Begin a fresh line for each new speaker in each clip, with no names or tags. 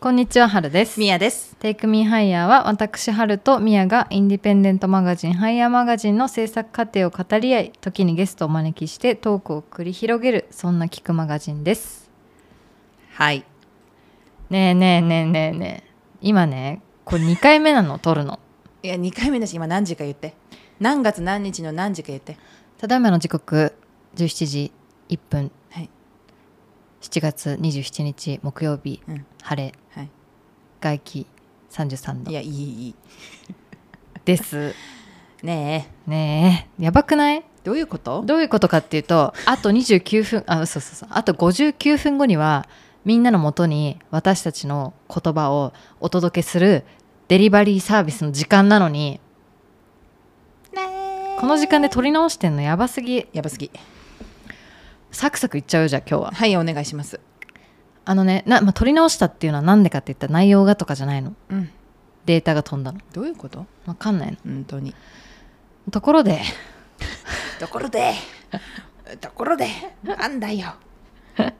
こんにちは、はるです。
みやです。
テイクミーハイヤーは私、はるとみやがインディペンデントマガジン、ハイヤーマガジンの制作過程を語り合い、時にゲストをお招きしてトークを繰り広げる、そんな聞くマガジンです。
はい。
ねえねえねえねえねえ。今ね、これ2回目なの、撮るの。
いや、2回目だし、今何時か言って。何月何日の何時か言って。
ただいまの時刻、17時1分、
はい。
7月27日木曜日、
うん。
晴れ、
はい。
外気33
い
度
や、いい、いいい
です。
い。ね
ねえ、やばくない
え。どういうこと
どういうことかっていうとあと29分あそうそうそうあと59分後にはみんなのもとに私たちの言葉をお届けするデリバリーサービスの時間なのに
ね
この時間で撮り直してんのやばすぎ
やばすぎ。
サクサクいっちゃうよじゃあ今日は
はい、お願いします。
あのねな、まあ、撮り直したっていうのは何でかって言ったら内容がとかじゃないの
うん。
データが飛んだの
どういうこと
分かんないの
本当に。
ところで
ところで、 ところで、なんだよ。はい。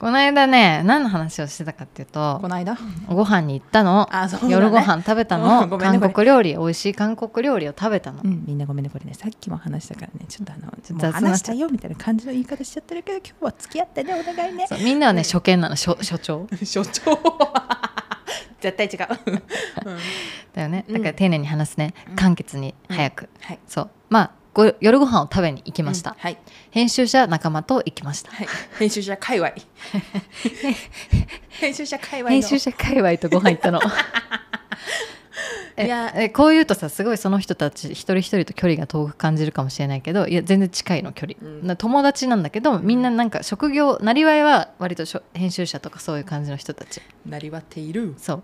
この間ね何の話をしてたかっていう
ことの間
ご飯に行ったの
あ、そうだね。
夜ご飯食べたの、
うん ごめんね
韓国料理美味しい韓国料理を食べたの
う、ん、みんなごめんねこれねさっきも話したからねちょっとあのちょっと
雑な
もう話したよみたいな感じの言い方しちゃってるけど今日は付き合ってねお願いね
そうみんなはね初見なの所所長
所長 絶対違う、うん
だよね
うん
だから丁寧に話すね、
うん
簡潔に早く、
はい
そうまあご夜ご飯を食べに行きました、
うんはい、
編集者仲間と行きました
はい、編集者界隈編集者界隈の
編集者界隈とご飯行 ったのえ
いや
え こう言うとさすごいその人たち一人一人と距離が遠く感じるかもしれないけどいや全然近いの距離、
うん
な友達なんだけどみんななんか職業なりわいは割としょ編集者とかそういう感じの人たち
なりわっている
そ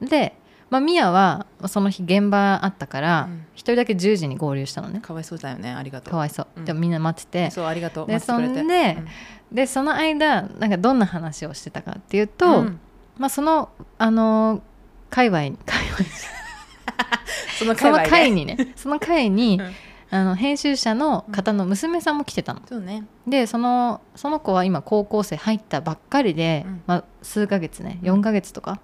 うで、まあ、ミヤはその日現場あったから
うん
一、人だけ10時に合流したのね
かわいそうだよねありがとう
かわいそう、
うん
でもみんな待ってて
そうありがとう
で
待ってくれて
そんで
うん
でその間なんかどんな話をしてたかっていうと、
うん
まあ、そのあのー界隈 に界隈
その
そ
界
の
隈で
会に ねその会に、
うん
あの編集者の方の娘さんも来てたの
そうね
でそのその子は今高校生入ったばっかりで、
うん
まあ、数ヶ月ね
うん
4ヶ月とか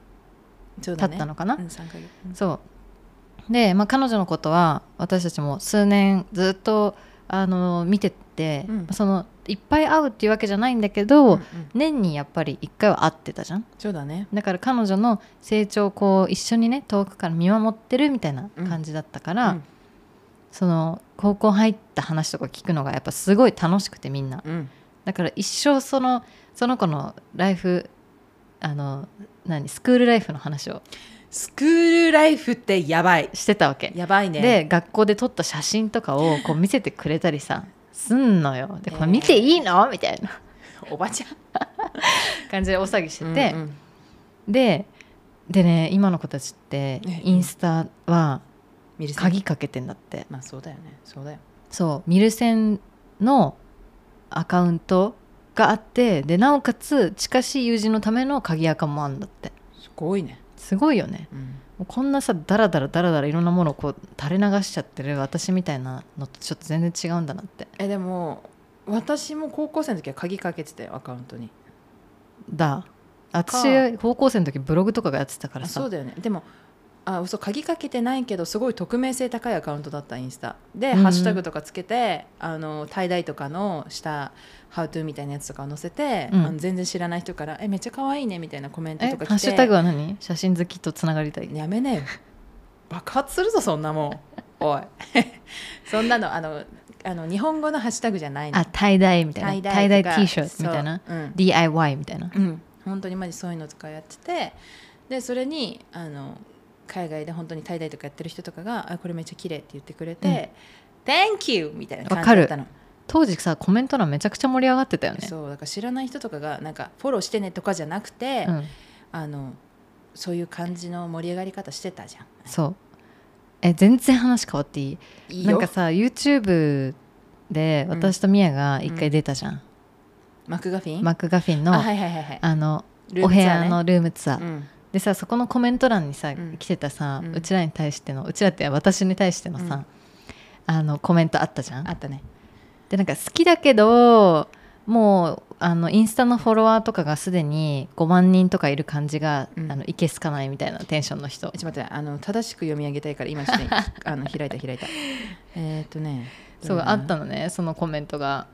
そうだ
経
ね
ったのかな、
うん三ヶ月うん
そうで、まあ、彼女のことは私たちも数年ずっとあの見てて、
うん
そのいっぱい会うっていうわけじゃないんだけど、
んん
年にやっぱり1回は会ってたじゃん
そうだね
だから彼女の成長をこう一緒にね遠くから見守ってるみたいな感じだったから、
うん
その高校入った話とか聞くのがやっぱすごい楽しくてみんな
うん
だから一生そのその子のライフあの何スクールライフの話を
スクールライフってやばい
してたわけ
やばいね
で学校で撮った写真とかを こう見せてくれたりさすんのよでこれ
えー
見ていいのみたいな
おばちゃん
感じでお詐欺してて、
うんうん
ででね今の子たちって
ね
インスタは
見る線
鍵かけてんだって
まあそうだよねそうだよ
そうミルセンのアカウントがあってでなおかつ近しい友人のための鍵アカもあんだって
すごいね
すごいよね
うん
もうこんなさダラダラダラダラいろんなものをこう垂れ流しちゃってる私みたいなのとちょっと全然違うんだなって
えでも私も高校生の時は鍵かけてたよアカウントに
だ
か
私高校生の時ブログとかがやってたから
あ
さ
そうだよねでもあ嘘鍵かけてないけどすごい匿名性高いアカウントだったインスタで、
うん
ハッシュタグとかつけてあのタイダイとかのした「HowTo」みたいなやつとかを載せて、
うん
あの全然知らない人から「えめっちゃ可愛いね」みたいなコメント
え
と
ハ
か来て
ッシュタグは何写真好きとつながりたい
やめねえよ爆発するぞそんなもんおい そんなのあのあの日本語のハッシュタグじゃないの
あタイダイみたいなタイダイ
とか
T シャツみたいな
そううん
DIY みたいな
うん、本当にマジそういうのとかやっててでそれにあの海外で本当に滞在とかやってる人とかが「あこれめっちゃ綺麗って言ってくれて「Thank you!」みたいな感じだったの、
当時さコメント欄めちゃくちゃ盛り上がってたよね
そうだから知らない人とかがなんかフォローしてねとかじゃなくて、
うん
あのそういう感じの盛り上がり方してたじゃん。
そうえ全然話変わっていい
いい
なん
よ
かさ YouTube で
うん
私とミヤが一回出たじゃん、
マクガフィン
マクガフィン
あ
のあ,、
はいはいはいはい
の
ルー
お
ム
部
ツアー
屋
ね
のルームツアー、
うん
でさそこのコメント欄にさ、
うん
来てたさ、う
うん
ちらに対してのうちらって私に対してのさ、あのコメントあったじゃん
あったね
でなんか好きだけどもうあのインスタのフォロワーとかがすでに5万人とかいる感じが、
うん
あのいけすかないみたいなテンションの人
ちょっと待ってあの正しく読み上げたいから今ちょっとねあの開いた開いたえーっとねど
そう
だ
あったのねそのコメントが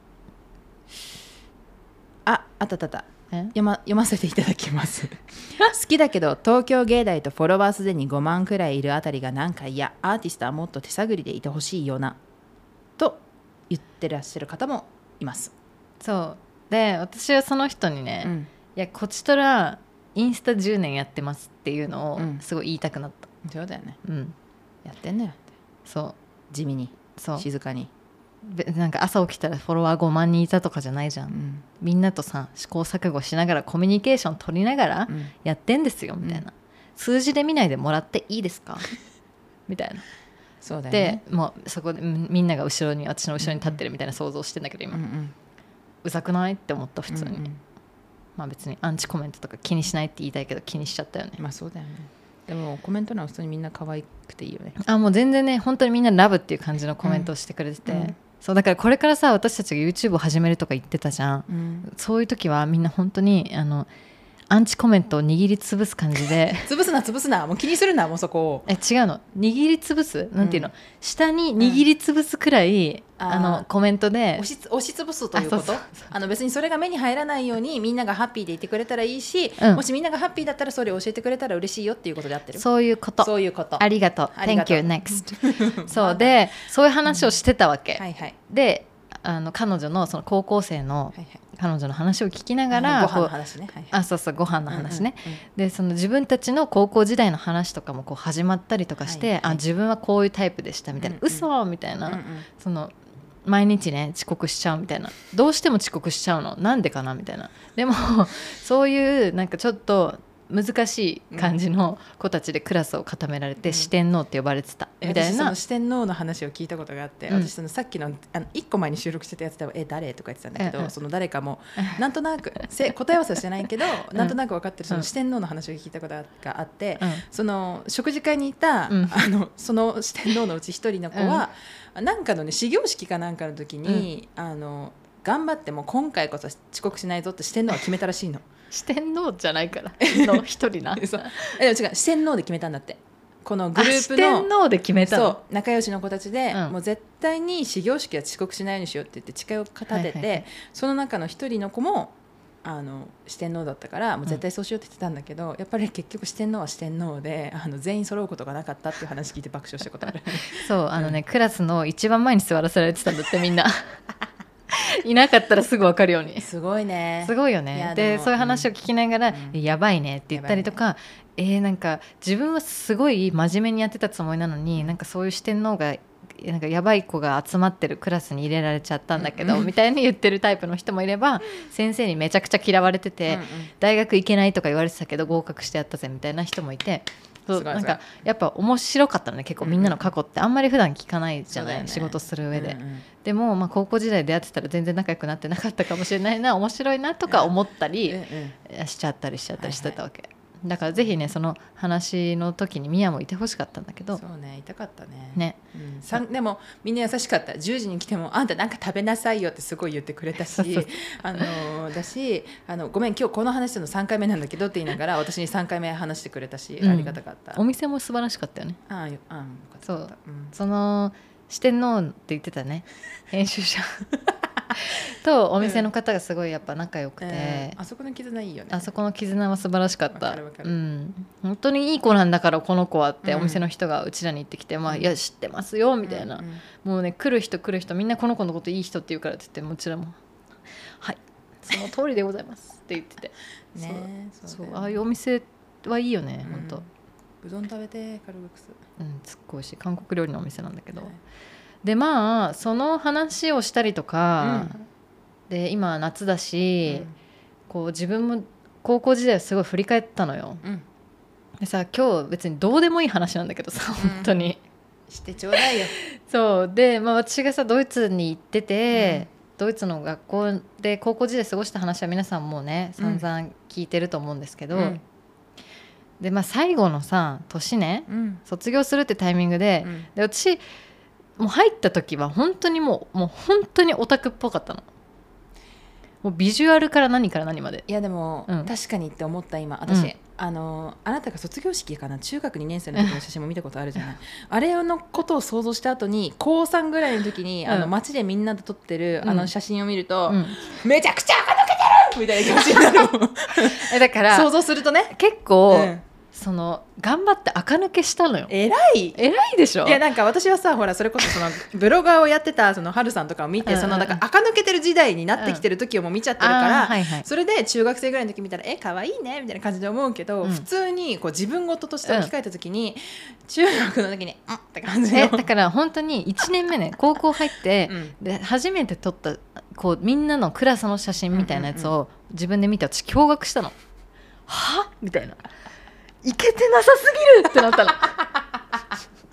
ああったあったあった
え
読ま読ませていただきます 好きだけど東京芸大とフォロワーすでに5万くらいいるあたりがなんかいやアーティストはもっと手探りでいてほしいよなと言ってらっしゃる方もいます、
そうで私はその人にね、いやこちとらインスタ10年やってますっていうのを
うん
すごい言いたくなった
そうだよね
うん、
やってんね
そう
地味に
そう
静かに、
べなんか朝起きたらフォロワー5万人いたとかじゃないじゃ
うんん
みんなとさ試行錯誤しながらコミュニケーション取りながら
うん
やってんですよみたいな、数字で見ないでもらっていいです かみたいな
そうだよ
で
ね
もうそこでうんみんなが後ろに私の後ろに立ってるみたいな想像してんだけど今、
う
うん
うん
ざくないって思った普通に、
うんうん
まあ別にアンチコメントとか気にしないって言いたいけど気にしちゃったよね
まあそうだよねでもコメント欄は普通にみんな可愛くていいよね
あもう全然ね本当にみんなラブっていう感じのコメントをしてくれてて、
うんうん
そうだからこれからさ私たちが YouTube を始めるとか言ってたじゃん
うん
そういう時はみんな本当にあのアンチコメントを握りつぶす感じで
潰すな潰すなもう気にするなもうそこを
え違うの握りつぶすなんていうの、
う
下に握りつぶすくらい、
あー
あのコメントで
押しつ押し潰すというこ
あそ
と
うそう
あの別にそれが目に入らないようにみんながハッピーでいてくれたらいいし、
うん
もしみんながハッピーだったらそれを教えてくれたら嬉しいよっていうことであってるう
そういうこと
そういうこと
ありがとう
ありがと
Thank
う
you next そうでそういう話をしてたわけ、
はいはい
であの彼女のその高校生の
はいはい
彼女の話を聞きなが
だ
ら
ご飯の
こう
話ねはいはい
あそうそうご飯の話ね、、
うんうん
でその自分たちの高校時代の話とかもこう始まったりとかして、
はいはい
あ自分はこういうタイプでしたみたいな、
うんうん
嘘みたいな、
うんうん
その毎日ね遅刻しちゃうみたいなどうしても遅刻しちゃうのなんでかなみたいなでも そういうなんかちょっと難しい感じの子たちでクラスを固められて、
うん
四天王って呼ばれてたみたい
私そ
な
の四天王の話を聞いたことがあって、
うん
私そのさっきのあの一個前に収録してたやつでは「え誰?」とか言ってたんだけど、
うんうん
その誰かもなんとなくせ答え合わせはしてない けど、なんとなく分かってるその四天王の話を聞いたことがあって、
うん
その食事会にいた、
うん
あのその四天王のうち一人の子は、なんかのね始業式かなんかの時に、あの頑張ってもう今回こそ遅刻しないぞって四天王は決めたらしいの
四天王じゃないからの一人な
そうえでも違う四天王で決めたんだってこのグ
あ
ループの
四天王で決めたの
そう仲良しの子たちで、
うん
もう絶対に始業式は遅刻しないようにしようって言って誓いを立てて、
はいはいはい
その中の一人の子もあの四天王だったからもう絶対そうしようって言ってたんだけど、やっぱり結局四天王は四天王であの全員揃うことがなかったっていう話聞いて爆笑したことある
そうあのね、クラスの一番前に座らせられてたんだってみ んないなかったらすぐ分かるように
すごいね
すごいよ
い
ね
や
で
でも
そういう話を聞きながら
うん
「えやばいね」って言ったりとか、えーなんか自分はすごい真面目にやってたつもりなのになんかそういう視点の方がなんかやばい子が集まってるクラスに入れられちゃったんだけど、
うんうん
みたいに言ってるタイプの人もいれば先生にめちゃくちゃ嫌われてて、
うんうん
大学行けないとか言われてたけど合格してやったぜみたいな人もいて。そ
す
う
ごい
なん
すごい
かやっぱ面白かったのね結構みんなの過去ってあんまり普段聞かないじゃない、
そうだよね
仕事する上で、
うんうん
でも、まあ、高校時代出会ってたら全然仲良くなってなかったかもしれない な面白いなとか思った
うん
り
うん
しちゃったりしちゃったりしてたわけ、だからぜひねその話の時にミヤもいてほしかったんだけど
そうね痛かったね
ね
うんさんでもみんな優しかった10時に来ても「あんたなんか食べなさいよ」ってすごい言ってくれたし
そうそう
あのーだしあの「ごめん今日この話したの3回目なんだけど」って言いながら私に3回目話してくれたし、
うん
ありがたかった。
お店も素晴らしかったよね
ああよああよかった
そう
よかったうん
その四天王って言ってた ね編集者とお店の方がすごいやっぱ仲良くて、
えーあそこの絆いいよね。
あそこの絆は素晴らしかっ
わ
た
かるわか
う
る
ん、本当にいい子なんだからこの子はって、
うん
お店の人がうちらに行ってきて「まあ、
うん
いや知ってますよ」みたいな、
うんうん
もうね来る人来る人みんなこの子のこといい人って言うからって言ってもちろん「はいその通りでございます」って言ってて
ねそ
そう
うだよね
ああいうお店はいいよね、
うん
ほんと、
うどん食べてカルボックス。
うん、すっごい美味しい韓国料理のお店なんだけど、
はい
でまあその話をしたりとか、で今夏だし、こう自分も高校時代をすごい振り返ったのよ
うんうん
でさ今日別にどうでもいい話なんだけどさ
うん
本当に、
してちょうだいよ。
そうで、まあ、私がさドイツに行ってて、ドイツの学校で高校時代過ごした話は皆さんもうね
う
散
ん
々聞いてると思うんですけど、
うん
でまあ、最後のさ年ね
うん
卒業するってタイミングで,、
うん
で私もう入った時は本当にもうもう本当にオタクっぽかったの。もうビジュアルから何から何まで
いやでも、
うん
確かにって思った今私、
うん
あのあなたが卒業式かな中学2年生の時の写真も見たことある じゃないあれのことを想像した後に高3ぐらいの時に、あ
う
の
ん
街でみんなで撮ってる、
うん
あの写真を見ると、
うん
めちゃくちゃ垢抜けてるみたいな気持ちになる
え だから
想像するとね、
結構、
うん
その頑張って垢抜けしたのよ
偉い
偉いでしょ
いやなんか私はさほらそれこそ そのブロガーをやってたそのハルさんとかを見
う
て、
んうん
そのなんか垢抜けてる時代になってきてる時をもう見ちゃってるから、
あーはいはい
それで中学生ぐらいの時見たらえ可愛いねみたいな感じで思うけど、
うん
普通にこう自分事として置き換えた時に、中学の時にうんって感じの
えだから本当に1年目ね高校入って
う、ん
で初めて撮ったこうみんなのクラスの写真みたいなやつを自分で見て私驚愕したのはみたいな「いけてなさすぎる!」 ってなったのな
自分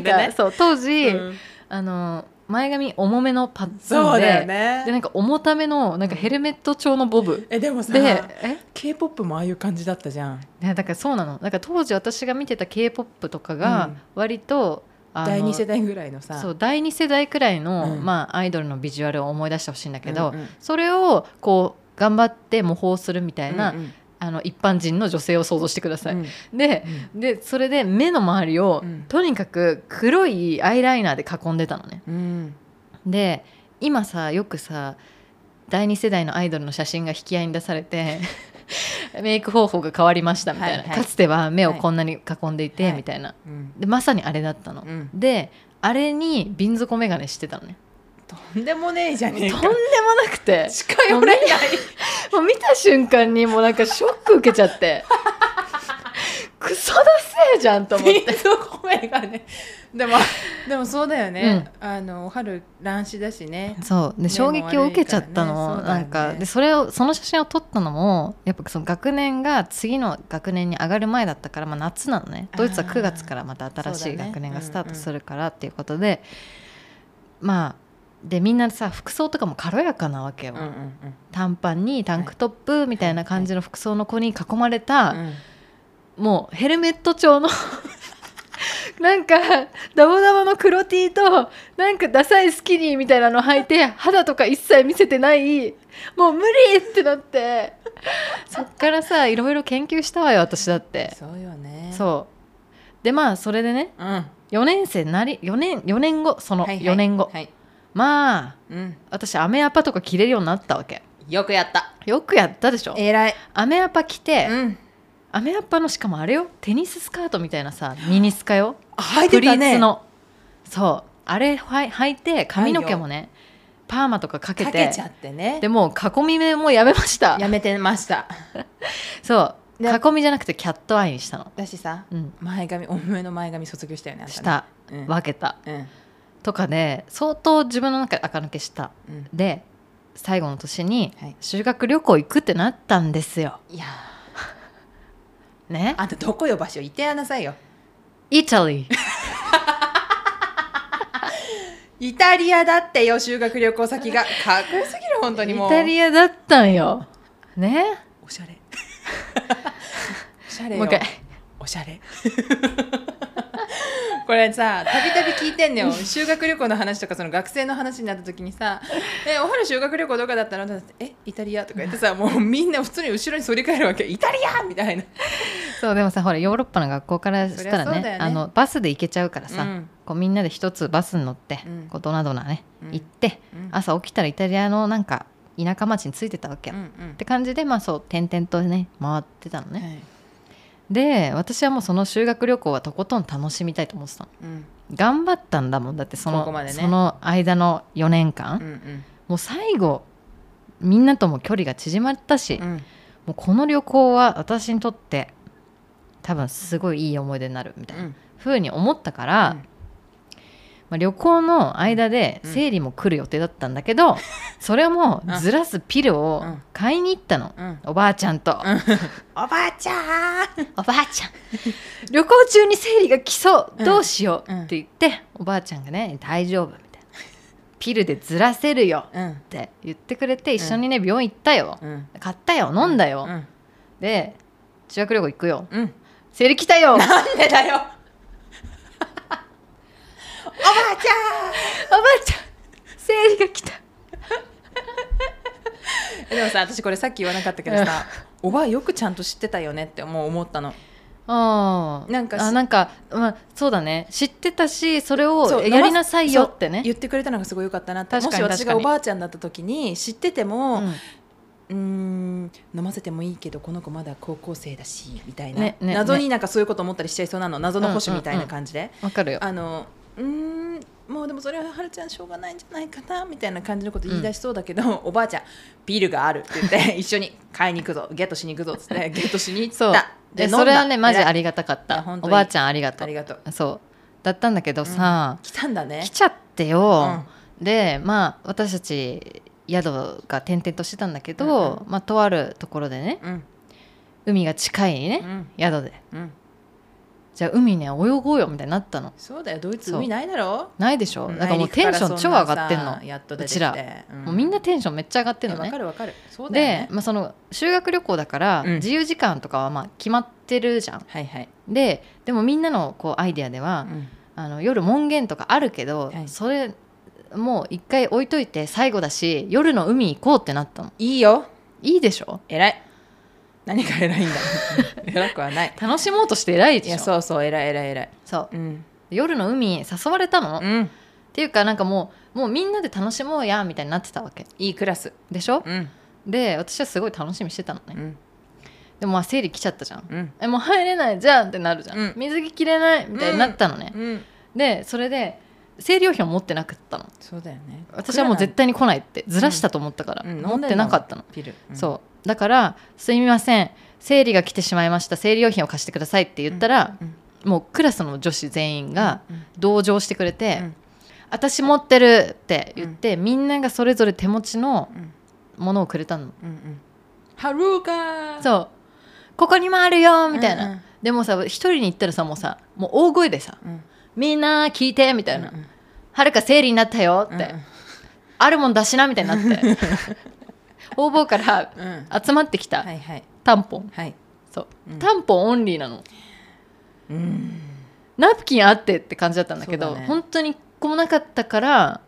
ん
で
か
ね。
そう当時、
うん
あの前髪重めのパッツ
そ
ン
うだ
で,、
よ
で
ね
なんか重ためのなんかヘルメット調のボブ、
えでもさ
でえ
k p o p もああいう感じだったじゃん
ね、だからそうなのだから当時私が見てた k p o p とかが
うん
割と、あの
第二世代ぐらいのさ
そう第二世代くらいの、
うん
まあ、アイドルのビジュアルを思い出してほしいんだけど、
うんうん
それをこう頑張って模倣するみたいな、
うんうん
あの一般人の女性を想像してください、
うん
ででそれで目の周りを、
うん
とにかく黒いアイライナーで囲んでたのね
うん
で今さよくさ第二世代のアイドルの写真が引き合いに出され てメイク方法が変わりましたみたいな、
はいはい
かつては目をこんなに囲んでいて、
はい
みたいな
うん
でまさにあれだったの、
うん
であれに瓶底眼鏡してたのね
とんでもねえじゃ
とんで
ねえ
も
か
なくて
近寄れない
もう見た瞬間にもうなんかショック受けちゃってクソだせえじゃんと思っ
ピン
て
と声がねでもでもそうだよね、あのお春乱視だしね
そうで衝撃を受けちゃったの、
目も悪いからね
なん
そうだよ
か
ね
でそれをその写真を撮ったのもやっぱその学年が次の学年に上がる前だったから、まあ、夏なのねドイツは
あー
9月からまた新し
そう
い
だね
学年がスタートするからっていうことで、まあでみんなさ服装とかも軽やかなわけよ、
うんうんうん
短パンにタンクトップみたいな感じの服装の子に囲まれた、
うん
もうヘルメット調の なんかダボダボの黒 T となんかダサいスキニーみたいなの履いて肌とか一切見せてないもう無理ってなってそっからさいろいろ研究したわよ私だって
そうよねう、
そうでまあそれでね
うん、は
4年生なり4年4年後その
いはい
4年後、
はい
まあ
うん、
私アメアパとか着れるようになったわけ
よくやった
よくやったでしょ
偉い、
アメアパ着て、
うん、
アメアパのしかもあれよテニススカートみたいなさミニスカよ
履い
プ
て
リ
た
ーツ
ね
のそうあれはい履いて髪の毛もねパーマとかかけ
か
て
けちゃってね
でもう囲み目もやめました
やめてました
そう
で
囲みじゃなくてキャットアイにしたの
私さ
うん
前髪おめの前髪卒業したよねあん
した
ね
た
うん
分けた
うん
とかで相当自分の中で垢抜けした
うん
で最後の年に
はい
修学旅行行くってなったんですよ
いや
ね
ーあんたどこよ場所行ってやなさいよ
イタリー
イタリアだってよ修学旅行先 がかっこよすぎる本当に
イ
もう
タリアだったんよね
おしゃ れおしゃれ
も
よ
う一回
おしゃれ これさたびたび聞いてんのよ修学旅行の話とかその学生の話になった時にさ「えおはる修学旅行どこだったの?」って言ったらえイタリア?」とか言ってさもうみんな普通に後ろに反り返るわけ「イタリア!」みたいな
そうでもさほらヨーロッパの学校からしたら
そりゃそ
ね
うだよね
あのバスで行けちゃうからさ、
うん
こうみんなで一つバスに乗って、
うん
こうドナドナね、
うん
行って
うん
朝起きたらイタリアのなんか田舎町に着いてたわけよ、
うん
っ
うん
て感じでまあそう転々とね回ってたのね、
はい
で私はもうその修学旅行はとことん楽しみたいと思ってたの
うん
頑張ったんだもんだってその
ここまでね
その間の4年間、
うんうん
もう最後みんなとも距離が縮まったし、
う
も
ん
うこの旅行は私にとって多分すごいいい思い出になるみたいな、
うん
ふうに思ったから、
うん
まあ、旅行の間で
うん
生理も来る予定だったんだけど、 それをもうずらすピルを
うん
買いに行ったの、
うん
おばあちゃんと、
おばあちゃん
おばあちゃん 旅行中に生理が来そううんどうしよう
うん
って言って、おばあちゃんがね大丈夫みたいなピルでずらせるよ
うん
って言ってくれて一緒にね病院行ったよ、
うん
買ったよ飲んだよ、
うん
で修学旅行行くよ
うん
生理来た よおばあ
なんでだよおばあ
ち
ちゃん
ゃん生理が来た
でもさ私これさっき言わなかったけどさおばあよくちゃんと知ってたよねってもう思ったの
あー
なんかし
あなんか、まあ、そうだね知ってたしそれ
そ
を
う
やりなさいよってね
言ってくれたのがすごい良かったなって
確
も
か
し
に
私
確か
が
に
おばあちゃんだった時に知ってて
う
も
ん
うーん飲ませてもいいけどこの子まだ高校生だしみたいな、
ねね
謎になんかそういうこと思ったりしちゃいそうなの謎の保守みたいな感じで、
わかるよ
あのうーんもうでもそれははるちゃんしょうがないんじゃないかなみたいな感じのこと言い出しそうだけど、おばあちゃんビールがあるって言って一緒に買いに行くぞゲットしに行くぞっつってゲットしに行っ
そう
た
でそれはねマジあ
り
りがたかっ
いや
た
本当
お
に
ばあちゃんありがと
あ
う
りがとう
そうだったんだけどさ、
来たんだね
来ちゃってよ、でまあ私たち宿が転々としてたんだけど、
う
まあ、とあるところでね
うんうん
海が近いね
う、ん
宿で
うん
じゃあ海ね泳ごうよみたいになったの
そうだよドイツ
そう
海ないだろ
ないでしょ、
うん
だからもう
内陸
テンシ
ら
ョン超
そな
上がってんの
さやっと出て
うち
き
ら
てん
もうみんなテンションめっちゃ上がってんの
わ
ね
かるわかるそうだよ
で
ね、
まあ、その修学旅行だから
うん
自由時間とかはまあ決まってるじゃん、
はいはい、
ででもみんなのこうアイデアでは、あの夜門限とかあるけど、
はい
それもう一回置いといて最後だし夜の海行こうってなったの
いいよ
いいでしょ
偉い何が偉いんだ 偉くはない
楽しもうとして偉い
い
でしょ
やそうそう偉い偉い偉い
そう
うん
夜の海誘われたの、
う
っ
ん
ていうかなんかもうもうみんなで楽しもうやみたいになってたわけ
いいクラス
でしょ、
うん
で私はすごい楽しみしてたのね、
うん
でもまあ生理来ちゃったじゃん
うん
えもう入れないじゃんってなるじゃん、
うん
水着着れないみたいになったのね、
うん
でそれで生理用品を持ってなかったの
そうだよね
私はもう絶対に来ないってずらしたと思ったから、
うん
持ってなかったの、
ピル、うん
そうだから「すみません生理が来てしまいました生理用品を貸してください」って言ったら、
うん
もうクラスの女子全員が
うん
同情してくれて「
うん
私持ってる」って言って、みんながそれぞれ手持ちの
うん
ものをくれたの、
うんうんハルーカーう
そう「ここにもあるよ」みたいな、
うんうん
でもさ一人に行ったらさもうさもう大声でさ
み
「みんな聞いて」みたいな
うんうん
「はるか生理になったよ」って、あるもん出しなみたいになって 応募から
うんうん
集まってきた、
はいはい
タンポン
はい
そう、
うん
タンポンオンリーなの
うん
ナプキンあってって感じだったんだけ
そ
ど
うだね
本当に1個もなかったから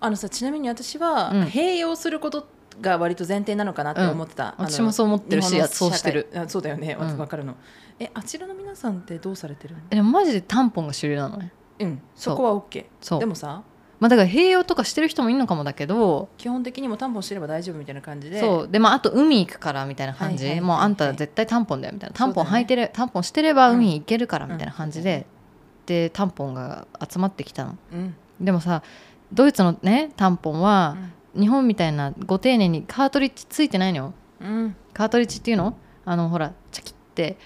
あのさちなみに私は、
うん
併用することが割と前提なのかなって思ってた、あの
私もそう思ってる
日
し
本の
そうしてる
社会あそうだよね
うん
わかるの、えあちらの皆さんってどうされてるの
でもマジでタンポンが主流なのね
うんそこは OK
そう
でもさ
まあだから併用とかしてる人もいるのかもだけど
基本的にもタンポンしてれば大丈夫みたいな感じで
そうでまああと海行くからみたいな感じ、
はいはいはい
もうあんた絶対タンポンだよみたいな
そ
タ
う
ン
だ
ポ
よ
ン
ね
履いてる、タンポンしてれば
うん
海行けるからみたいな感じ
うん
で、でタンポンが集まってきたの
うん
でもさドイツのねタンポンは日本みたいなご丁寧にカートリッジついてないのよ
うん
カートリッジっていうのあのほらチャキって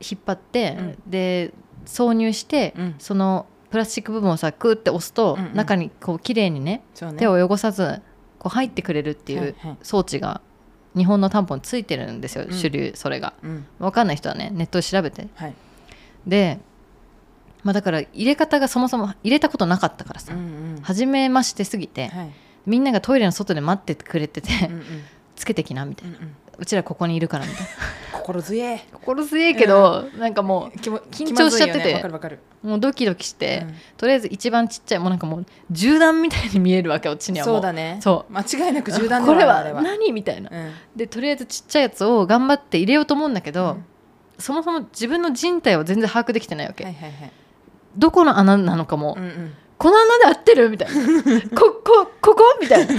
引っ張って、で挿入して、
うん
そのプラスチック部分をさクーって押すと、
うんうん
中にこう綺麗にね
そうね
手を汚さずこう入ってくれるってい
は
う
はい
装置が日本のタンポンについてるんですよ、
うん
主流それが
うん
分かんない人はねネットで調べて
はい
で、まあ、だから入れ方がそもそも入れたことなかったからさ、
うんうん
初めましてすぎて、
はい
みんながトイレの外で待っててくれてて、
うんうん
つけてきなみた
う
いなん
うん
うちらここにいるからみたいな
心強え
心強いけど、なんかも
気も
緊張しちゃってて
気まずいよねわかるわかる
うもうドキドキして、
うん
とりあえず一番ちっちゃいもうなんかもう銃弾みたいに見えるわけうちにはもう
そ うだね
そ
間違いなく銃弾だ
これ
あ
は何みたいな、
うん
でとりあえずちっちゃいやつを頑張って入れようと思うんだけど、
うん
そもそも自分の人体を全然把握できてないわけ、
はいはいはい
どこの穴なのかも、
うんうん
この穴で合ってるみたい なここここみたいな、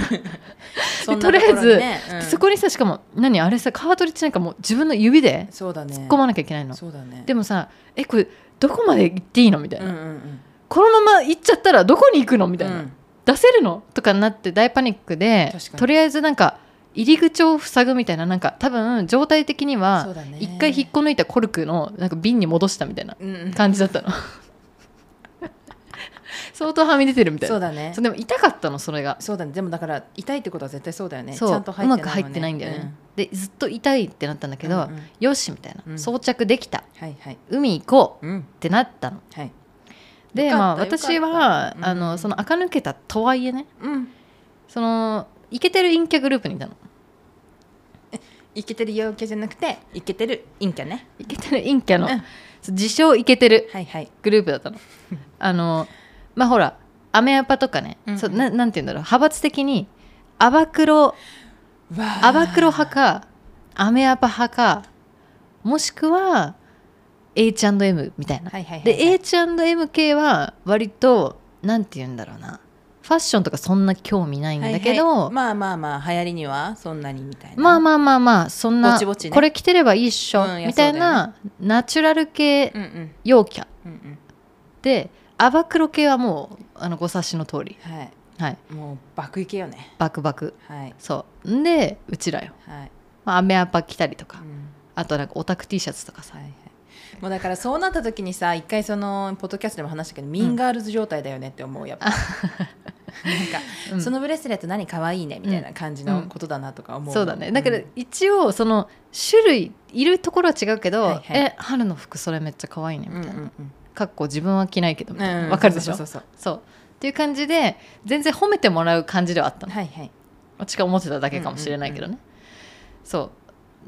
そんなところにねうん
そこにさしかも何あれさカートリッジなんかもう自分の指で
そうだね
突っ込まなきゃいけないの、
そうだね
でもさえこれどこまで行っていいのみたいな、
うんうんうん
このまま行っちゃったらどこに行くのみたいな、
うん
出せるのとかになって大パニックで
確かに
とりあえずなんか入り口を塞ぐみたいななんか多分状態的に
そう
は
だね
一回引っこ抜いたコルクのなんか瓶に戻したみたいな
うんうん
感じだったの 相当はみ出てるみたい
そ
な
うだね
そうでも痛かったのそれが、
そうだねでもだから痛いってことは絶対そうだよね
そう
ちゃんと入
う
ってな
ま
い
く入ってないんだよね、でずっと痛いってなったんだけ
け
ど、
はい
よしみたいな、
うん
装着できた
はい
海行こう
うん
ってなったの
はい
で
よかった
まあ
よかった
私は、
うん
あのその垢抜けたとはいえね
うん
そのイケてる陰キャグループにいたの
イケてる陽キャじゃなくてイケてる陰キャね
イケてる陰キャの、
うん
自称イケてる
はいはい
グループだ ったのあのまあほらアメアパとかね、
うんうん
そうななんて言うんだろう派閥的にアバクロアバクロ派かアメアパ派かもしくは H&M みたいな、
はいはいはい、
で H&M 系は割となんて言うんだろうなファッションとかそんな興味ないんだけど、
はいはいまあまあまあ流行りにはそんなにみたいな
まあまあまあまあそんな
ぼちぼちね
これ着てればいいっしょ、
うんいや
みたいなナチュラル系
うんうん
陽キャ
うんうん
でアバクロ系はもうあのご察しの通り
は
はい
いもう爆行けよね
バクバク
はい
そうんでうちらよ、
はい、
まあ、アメアパ着たりとか
うん
あとなんかオタク T シャツとかさ
はいはいもうだからそうなった時にさ一回そのポッドキャストでも話したけど、ミンガールズ状態だよねって思うやっぱなんか、
うん
そのブレスレット何可愛いねみたいな感じのことだなとか思う、
そうだねだから
ん
一応その種類いるところは違うけど、
はいはい
え春の服それめっちゃ可愛いね
う
み
ん
たいな、
うんうん
かっこ自分は着ないけどみたいな
う
わ、
ん
かるでしょ
そ
そうう
そうそう
っていう感じで全然褒めてもらう感じではあった
そう
の
はいはい
私が思ってただけかもしれないけどね、そ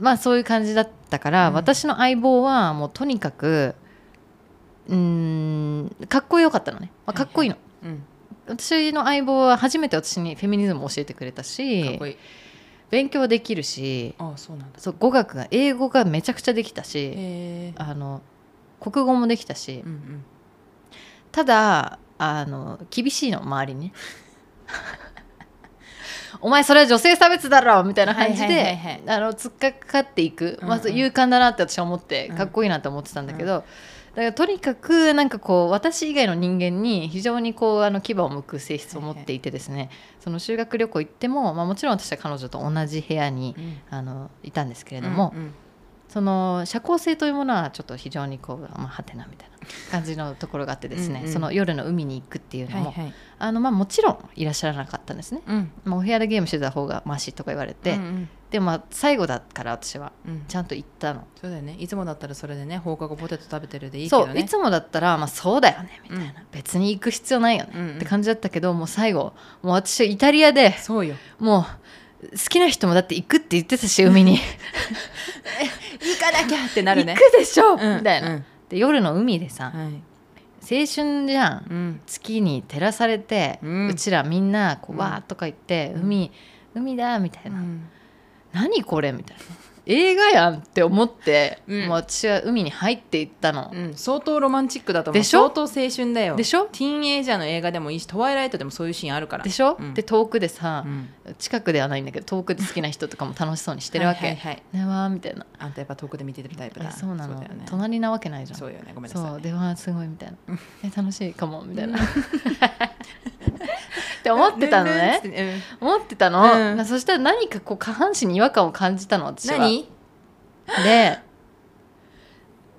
うまあそういう感じだったから、
うん
私の相棒はもうとにかくうーんかっこよかったのね、まあ、かっこいいの、
うん
私の相棒は初めて私にフェミニズムを教えてくれたし
かっこいい
勉強できるし
ああそうなんだ
そう語学が英語がめちゃくちゃできたし
へえ
あの国語もできたし、
うんうん
ただあの厳しいの周りに ねお前それは女性差別だろみたいな感じ
はいはいはいはい
であの突っかかっていく、まあ
うんうん
勇敢だなって私は思って
うん
かっこいいなと思ってたんだけど、だからとにかくなんかこう私以外の人間に非常にこうあの牙を向く性質を持っていてですね、その修学旅行行っても、まあ、もちろん私は彼女と同じ部屋に
うん
あのいたんですけれども、
うんうん
その社交性というものはちょっと非常にこう、まあ、はてなみたいな感じのところがあってですね
うんうん
その夜の海に行くっていうの
はい
も、
はい
あのまあ、もちろんいらっしゃらなかったんですね、
うん
まあ、お部屋でゲームしてた方がマシとか言われて、
うんうん
でもまあ最後だから私は
うん
ちゃんと行ったの、
そうだよねいつもだったらそれでね放課後ポテト食べてるでいいけ
そ
ど
うい
ね
つもだったら、まあ、そうだよねみたいな、別に行く必要ないよね、
うんうん
って感じだったけどもう最後もう私はイタリアで
そうよ
もう好きな人もだって行くって言ってたし海 に
行かなきゃってなる
行
ね
くでしょ、
うん
みたいな、
うん
で夜の海でさ、
はい
青春じゃん
うん
月に照らされて、
う
うんちらみんなこ
う
うんわーっとか言って、
うん
海海だみたいうな、
ん
何これみたいな映画やんって思って、
うん
もう私は海に入っていったの、
うん、相当ロマンチックだと思う
でしょ
相当青春だよ
でしょ
ティーンエイジャーの映画でもいいしトワイライトでもそういうシーンあるから
でしょ、
うん
で遠くでさ
う、ん、
近くではないんだけど遠くで好きな人とかも楽しそうにしてるわけ、
はいはいはい
ねわーみたいな
あんたやっぱ遠くで見てるタイプだ
えそうなの
だよね
隣なわけないじゃん
そうよねごめんな
そ
さ
う
い
でわーすごいみたいな え楽しいか もみたいなって思ってたの ね
ルンルンっつって
思ってたの、
うん
なそしたら何かこう下半身に違和感を感じたの私
うん
は
何
で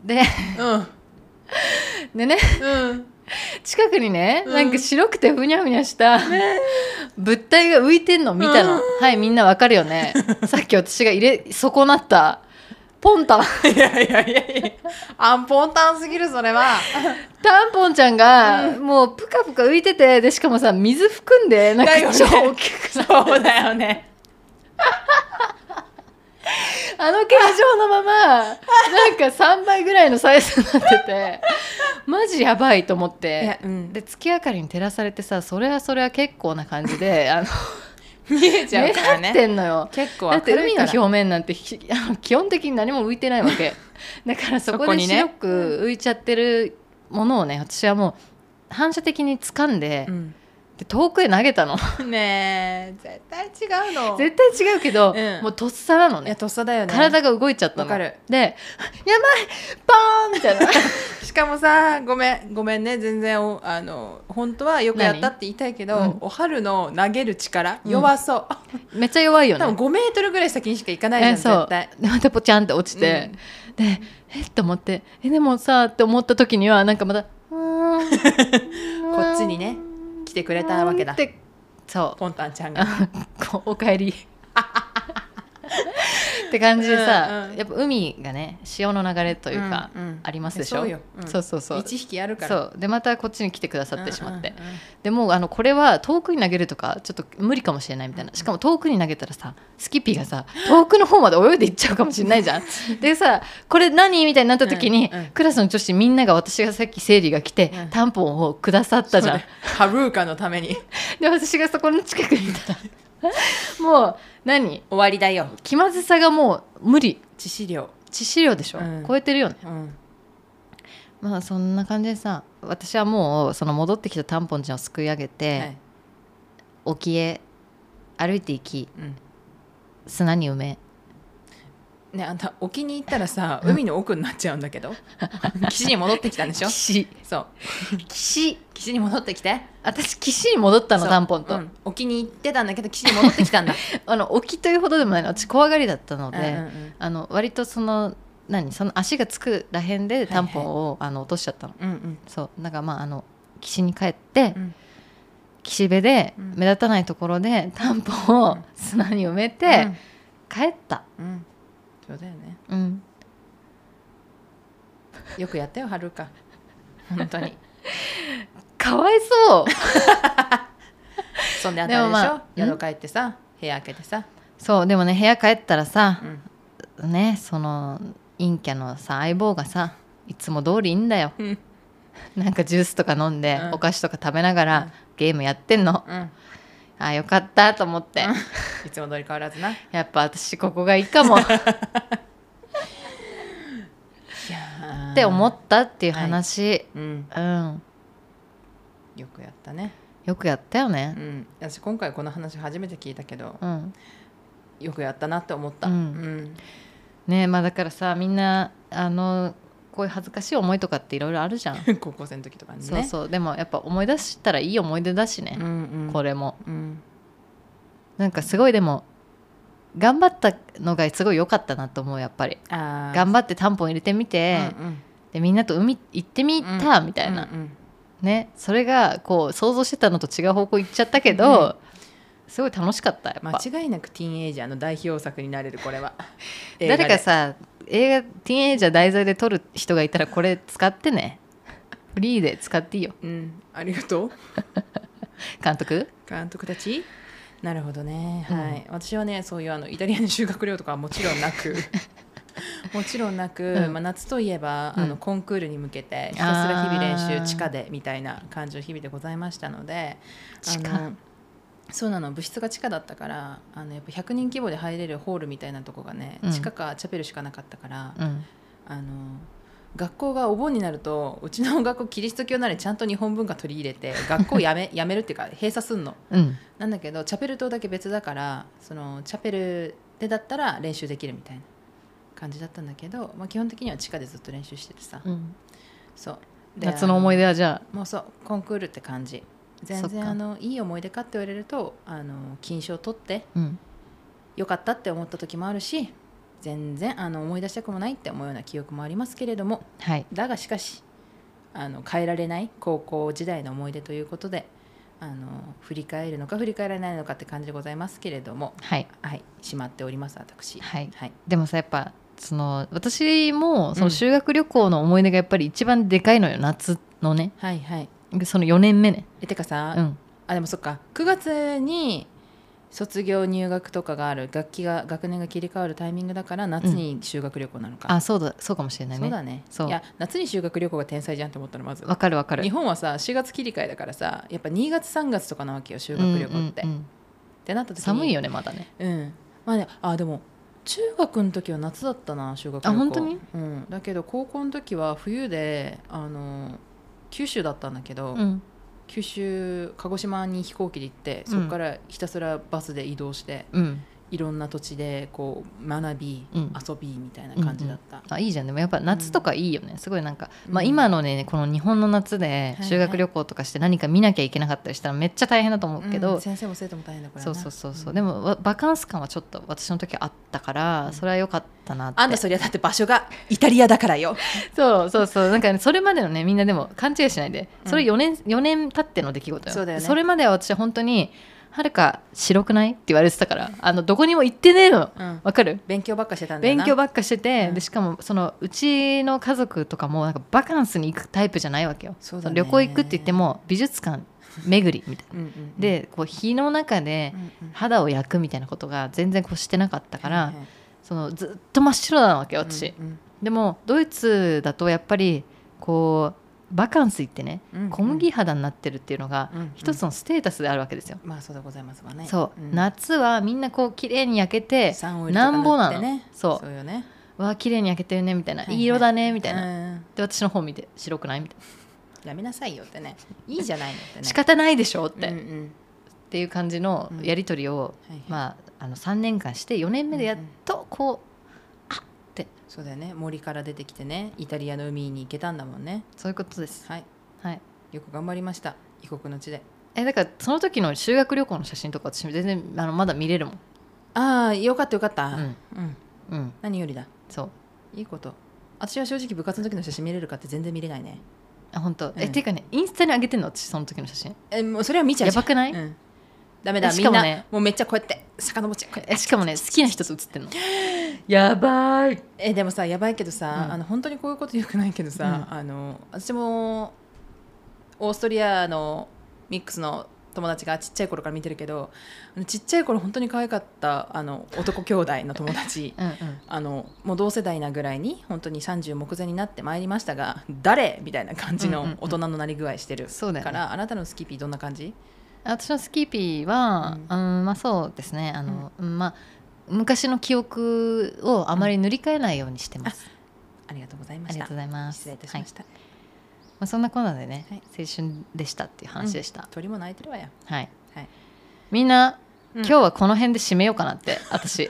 で
うん
でね
うん
近くにね、
うん
なんか白くてふにゃふにゃした物体が浮いてんの見たの、
うん
はいみんなわかるよねさっき私が入れ損なったポンタン
いやいやいやいやアンポンタンすぎるそ れは
タンポンちゃんがもうプカプカ浮いててでしかもさ水含んでなん
だ
か
よね
超大きくさ、
そうだよね
あの形状のままなんか3倍ぐらいのサイズになっててマジやばいと思っ
いや
て。
うん
で月明かりに照らされてさそれはそれは結構な感じであの
見えちゃ
目
うから
立って
ね
んのよ。
結構
だ
明
って
るい
海の
から
表面なんてひあの基本的に何も浮いてないわ けだからそ
そ
こ
こ
で
にね
白く浮いちゃってるものをね私はもう反射的に掴んで,、で遠くへ投げたの
うんねえ絶対違うの
絶対違うけど、
うん
もうとっさなの
いや
ね
とっさだよね
体が動いちゃったの
わかる
で「やばいポーン!」みたいな
しかもさごめんごめんね全然おあの本当はよくやったって言いたいけど、
何うん
お春の投げる力
うん
弱そう、
めっちゃ弱いよね
多分5メートルぐらい先にしか行かないじゃん
えそう
絶対
でまたポチャンって落ちて、でえっと思ってえでもさって思った時にはなんか またうーん
こっちにね来てくれたわけだ
ってそう
ポンタンちゃんが
こうおかえり って感じでさ、
うんうん
やっぱ海がね潮の流れというか、
うんうん
ありますでしょ
そうよ、ん
そうそうそう
一匹あるから
そうでまたこっちに来てくださってしまって、
うんうんうん
でもうあのこれは遠くに投げるとかちょっと無理かもしれないみたいなしかも遠くに投げたらさスキピーがさ遠くの方まで泳いでいっちゃうかもしれないじゃんでさこれ何みたいになった時に、
うんうん
クラスの女子みんなが私がさっき生理が来て、
うん
タンポンをくださったじゃん
そうだよハルーカのために
で私がそこの近くにいたらもう何
終わりだよ
気まずさがもう無理
致死量
致死量でしょ、
うん
超えてるよね
うん
まあそんな感じでさ私はもうその戻ってきたタンポンちゃんをすくい上げて、
はい
沖へ歩いていき
うん
砂に埋め
ねあんた沖に行ったらさ海の奥になっちゃうんだけど 岸に戻ってきたんでしょ
岸
そう
岸
岸に戻ってきて
私岸に戻ったの
そう
タンポンと、
うん沖に行ってたんだけど岸に戻ってきた んだ
あの沖というほどでもないの私怖がりだったの
うん
で、
うんうん
あの割とその何その足がつくらへんでタンポンを、あの落としちゃったの
うんうん
そうなんかまああの岸に帰って、
うん
岸辺で
うん
目立たないところでタンポン
う
を
ん
砂に埋めて、帰った
うんうんそうだよね
うん
よくやったよは るか本当に
かわいそう
そんであた
でも
りでしょ、
まあうん
宿帰ってさ部屋開けてさ、
そうでもね部屋帰ったらさ
う、ん
ねその陰キャのさ相棒がさいつも通りいいんだよ
うん
なんかジュースとか飲んで、
うん
お菓子とか食べながら、
うん
ゲームやってんの
うん、
あーよかったと思って、
いつも通り変わらずない
やっぱ私ここがいい かもっ
や
て思
っ
ったっていう話、
うん
うん
よくやったね
よくやったよ
う
ね
ん私今回この話初めて聞いたけど
うん、
よくやったなって思った
うん
うん
ねまあだからさみんなあのこういう恥ずかしい思いとかっていろいろあるじゃん、
高校生の時とかにね
そうそうでもやっぱ思い出したらいい思い出だしね
う、んうん
これも
うん
なんかすごいでも頑張ったのがすごい良かったなと思うやっぱり
あー
頑張ってタンポン入れてみて、
うんうん
でみんなと海行ってみたみたいな、
うんうん
ねそれがこう想像してたのと違う方向行っちゃったけど、すごい楽しかったやっぱ
間違いなくティーンエイジャーの代表作になれるこれ は映画で
誰かさ映画ティーンエイジャー題材で撮る人がいたらこれ使ってねフリーで使っていいよ
うんありがとう
監督
監督たち なるほどね、
うん
はい私はねそういうあのイタリアの修学旅行とかはもちろんな くもちろんなく、
うん
まあ、夏といえば、
うん
あのコンクールに向けてひたすら日々練
あー
習地下でみたいな感じの日々でございましたので
地下
あのそうなの部室が地下だったからあのやっぱ100人規模で入れるホールみたいなとこがね、
うん
地下かチャペルしかなかったから、
うん
あの学校がお盆になるとうちの学校キリスト教なのにちゃんと日本文化取り入 れて学校やめ やめるっていうか閉鎖すんの。
うん
なんだけどチャペル島だけ別だからそのチャペルでだったら練習できるみたいな感じだったんだけど、まあ、基本的には地下でずっと練習しててさ、
うん
そうで
夏の思い出はじゃあ
あのもうそうコンクールって感じ全
そっ
然
か
あのいい思い出かって言われるとあの金賞取って
うん
よかったって思った時もあるし全然あの思い出したくもないって思うような記憶もありますけれども
はい
だがしかしあの変えられない高校時代の思い出ということであの振り返るのか振り返らないのかって感じでございますけれども
はい
はいしまっております私
はい
はい、
でもさやっぱその私もそうの
ん
修学旅行の思い出がやっぱり一番でかいのよ夏のね
はいはい
その4年目ね
えてかさ、
うん
あでもそっか9月に卒業入学とかがある楽器が学年が切り替わるタイミングだから夏に修学旅行なのか、
あそうだそうかもしれない
そう
ね
だね
そう
いや夏に修学旅行が天才じゃんって思ったのまず
わかるわかる
日本はさ4月切り替えだからさやっぱ2月3月とかなわけよ修学旅行って、
うんうん
っ
うん
てなった時に
寒いよねまだね
うんまあねあでも中学の時は夏だったな修学旅
あ
行
本当に、
うん、だけど高校の時は冬であの九州だったんだけど、
うん
九州鹿児島に飛行機で行ってそこからひたすらバスで移動して、
うん
いろんな土地でこう学び、
うん
遊びみたいな感じだった、
あいいじゃんでもやっぱ夏とかいいよね、すごいなんか、まあ、
うん
今のねこの日本の夏で
はい
修学旅行とかして何か見なきゃいけなかったりしたらめっちゃ大変だと思うけど、
うん先生も生徒も大変だこれは
そ
な
うそうそうそう、
ん
でもわバカンス感はちょっと私の時あったから、それは良かったなって
あんたそりゃだって場所がイタリアだからよ
そうそうそうなんか、ね、それまでのねみんなでも勘違いしないでそれ
うん
4年四年経っての出来事よ
そうだよね
それまでは私は本当にはるか白くないって言われてたからあのどこにも行ってねえの
うん
わかる
勉強ばっかしてたんだよ
勉
な
強ばっかしてて、
うん
でしかもそのうちの家族とかもなんかバカンスに行くタイプじゃないわけよ
そうだね
旅行行くって言っても美術館巡りみたいな
うんうんうん
でこう日の中で
うんうん
肌を焼くみたいなことが全然こうしてなかったから、
はいはい
そのずっと真っ白なわけよ私、
うんうん
でもドイツだとやっぱりこうバカンス行ってね
うん
小麦肌になってるっていうのが
うんうん
一つのステータスであるわけですよ。
まあそうでございますわね
そう、
ん
夏はみんなこう綺麗に焼けて
サンオイルとか塗
な
ってね
んぼなのそう
そうよね
「わあ綺麗に焼けてるね」みたいな「
はいはい
いい色だね」みたいな、
うん
で私の方見て「白くない?」みたいな
やめなさいよってねいいじゃないのって
「
ね
仕方ないでしょ」って、
う
っ
んうん
ていう感じのやり取りを、
はいはい
まああの3年間して4年目でやっとこう、
そうだよね森から出てきてねイタリアの海に行けたんだもんね
そういうことです。
はい
はい
よく頑張りました異国の地で
えだからその時の修学旅行の写真とか私全然あのまだ見れるもん。
ああよかったよかった
うん
うん
うん、
何よりだ
そう
いいこと私は正直部活の時の写真見れるかって全然見れないね
あ本当、え
うん
ていうかねインスタに上げてんの私その時の写真
えもうそれは見ちゃう
や
じゃん
ばくない、
うん、ダメだ
え
み
し
ん
かも
な
ね
もうめっちゃこうやって遡っちゃうこうや
え
って
しかもね好きな人と写ってんの
やばいえでもさやばいけどさ、
うん
あの本当にこういうことよくないけどさ、あの私もオーストリアのミックスの友達がちっちゃい頃から見てるけどあのちっちゃい頃本当に可愛かったあの男兄弟の 友達
うんうん
あのもう同世代なぐらいに本当に30目前になってまいりましたが誰みたいな感じ
うんうんう
の
ん
大人のなり具合してる、
そうだよね
からあなたのスキピーどんな感じ
私のスキーピーは、うんまあ、そうですねあの、うんまあ、昔の記憶をあまり塗り替えないようにしてます、
ありがとうございま
あ
し
り
た
がとうございます
失礼いたしました、
はいまあ、そんなこんなでね、
はい
青春でしたっていう話でした、
鳥も鳴いてるわよ、
はい
はい、
みんな、
う
今
ん
日はこの辺で締めようかなって 私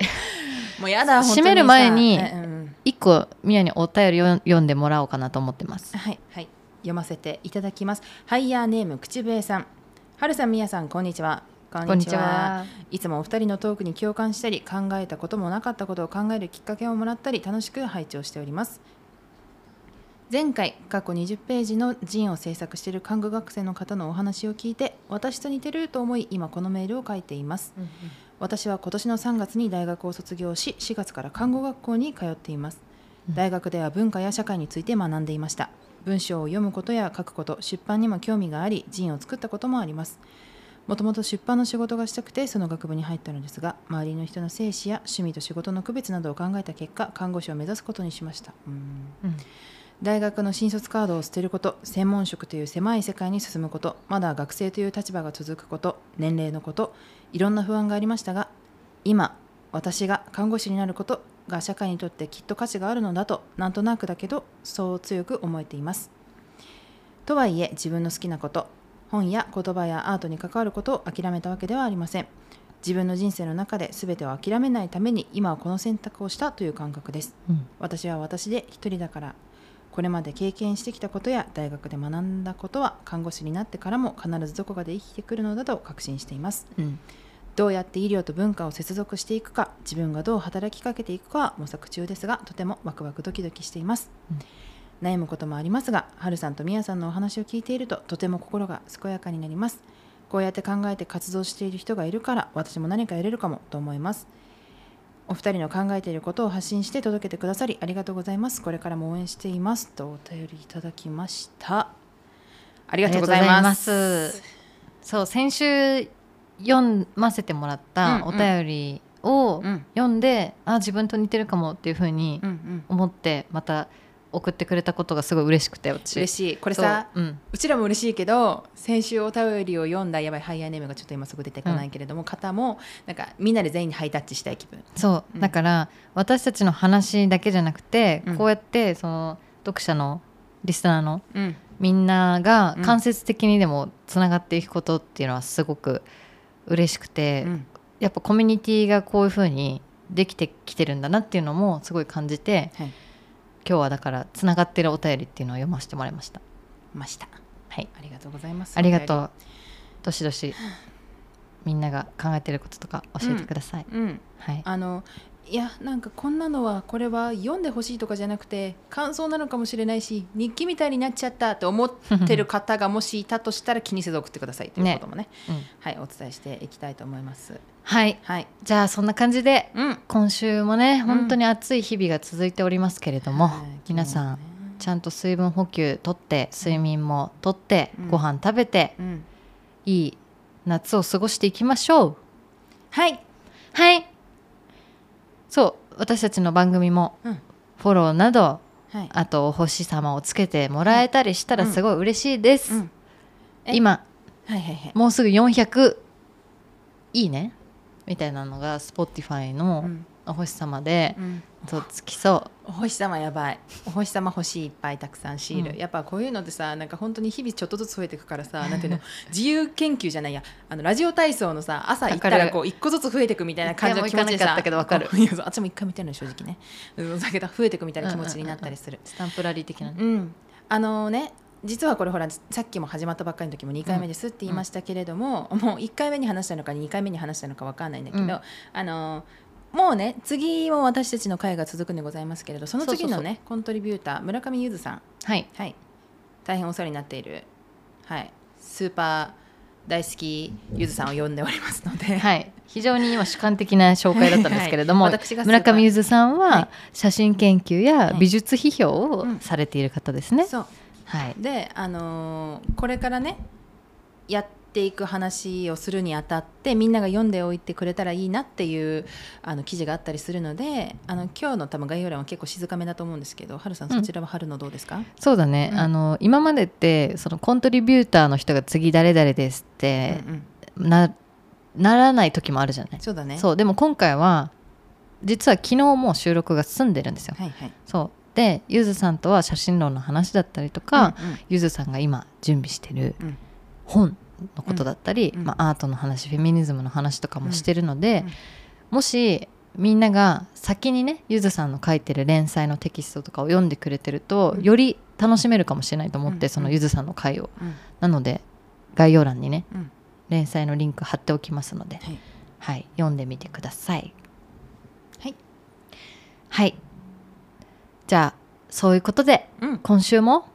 もうやだ本当にさ
閉める前に
えうん
一個ミヤにお便りを読んでもらおうかなと思ってます
はい、はい、読ませていただきますハイヤーネーム口笛さんはるさんみやさんこんにちはこ
こんにちはい
つもお二人のトークに共感したり考えたこともなかったことを考えるきっかけをもらったり楽しく拝聴しております前回過去20ページのジンを制作している看護学生の方のお話を聞いて私と似てると思い今このメールを書いています私は今年の3月に大学を卒業し4月から看護学校に通っています大学では文化や社会について学んでいました文章を読むことや書くこと出版にも興味がありジンを作ったこともありますもともと出版の仕事がしたくてその学部に入ったのですが周りの人の生死や趣味と仕事の区別などを考えた結果看護師を目指すことにしましたうん
うん
大学の新卒カードを捨てること専門職という狭い世界に進むことまだ学生という立場が続くこと年齢のこといろんな不安がありましたが今私が看護師になることが社会にとってきっと価値があるのだとなんとなくだけどそう強く思えていますとはいえ自分の好きなこと本や言葉やアートに関わることを諦めたわけではありません自分の人生の中で全てを諦めないために今はこの選択をしたという感覚です
うん
私は私で一人だからこれまで経験してきたことや大学で学んだことは看護師になってからも必ずどこかで生きてくるのだと確信しています
うん
どうやって医療と文化を接続していくか自分がどう働きかけていくかは模索中ですがとてもワクワクドキドキしています、悩むこともありますがはるさんとみやさんのお話を聞いているととても心が健やかになりますこうやって考えて活動している人がいるから私も何かやれるかもと思いますお二人の考えていることを発信して届けてくださりありがとうございますこれからも応援していますとお便りいただきましたあり
あ
がとうございます
りがとうございますそう先週読ませてもらっ
うん
た
うん
お便りを
うん
読んで、あ自分と似てるかもっていうふうに
うんうん
思ってまた送ってくれたことがすごい嬉しくて私
嬉
しい
しいこ
こ
れさ
う、うん、
うちらも嬉しいけど先週お便りを読んだやばいハイヤーネームがちょっと今すぐ出てこないけれども、方もなんかみんなで全員にハイタッチしたい気分
そう、
うん
だから私たちの話だけじゃなくて、
うん
こうやってその読者のリスナーの
うん
みんなが
うん
間接的にでもつながっていくことっていうのはすごく嬉しくて、やっぱコミュニティがこういうふうにできてきてるんだなっていうのもすごい感じて
はい
今日はだからつながってるお便りっていうのを読ませてもらいました
ました
はい
ありがとうございます
ありが
う
とうどしどしみんなが考えてることとか教えてください、
うん
はい
あのいやなんかこんなのはこれは読んでほしいとかじゃなくて感想なのかもしれないし日記みたいになっちゃったと思ってる方がもしいたとしたら気にせず送ってくださいということもね
うん
はいお伝えしていきたいと思います
はい
はい
じゃあそんな感じで
うん
今週もね
ん
本当に暑い日々が続いておりますけれども、
はい
皆さん
昨日もね
ちゃんと水分補給とって睡眠もとって、
うん
ご飯食べて
うん
いい夏を過ごしていきましょう
はい
はいそう私たちの番組も
うん
フォローなど
はい
あとお星様をつけてもらえたりしたら
うん
すごい嬉しいです、
うんえ
今
はいはいはい
もうすぐ400いいねみたいなのが Spotify
う
の
ん
お星様で、
うん
そうつきそう
お星様やばいお星様欲しいいっぱいたくさんシール、
うん
やっぱこういうのってさなんか本当に日々ちょっとずつ増えていくからさなんていうの自由研究じゃないやあのラジオ体操のさ朝行った
わからる
こう一個ずつ増えていくみたいな感じの気持ちで
一回も行かなか
さ
ったけどわかる
こういやそうあっちも一回見てるのよ正直ねうんだけど増えていくみたいな気持ちになったりする
スタンプラリー的なね、
うん、あのね実はこれほらさっきも始まったばっかりの時も2回目ですって言いましたけれども、もう1回目に話したのか2回目に話したのか分かんないんだけど、
うん
あのもうね次も私たちの会が続くんでございますけれどその次のね
そうそう
コントリビューター村上ゆずさん、
はい
はい、大変お世話になっている、はい、スーパー大好きゆずさんを呼んでおりますので、
はい、非常に今主観的な紹介だったんですけれども、
はい私がスーパー
村上ゆずさん
はい
は写真研究や美術批評を
うん
されている方ですね。
そう
はい、
で、あのーこれからねやっていく話をするにあたってみんなが読んでおいてくれたらいいなっていうあの記事があったりするのであの今日の多分概要欄は結構静かめだと思うんですけど春さん
うん
そちらは春のどうですか、
そうだね、
うん
あの今までってそのコントリビューターの人が次誰々ですっ
うん
て
うん
なならない時もあるじゃない。
そうだね
そうでも今回は実は昨日もう収録が済んでるんですよ。
はいはい
そうでゆずさんとは写真論の話だったりとか、
うんうん
ゆずさんが今準備してる
うん
本のことだったり、
うん
まあ、アートの話フェミニズムの話とかもしてるので、
うんうん
もしみんなが先にねゆずさんの書いてる連載のテキストとかを読んでくれてると、
うん
より楽しめるかもしれないと思って、
うん
そのゆずさんの回を
うん
なので概要欄にね
うん
連載のリンク貼っておきますので、
はい
はい、読んでみてください
はい
はいじゃあそういうことで
うん
今週も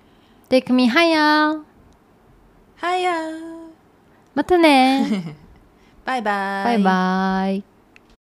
「Take me higher」
はやー
またね
バイバイ
バイバイ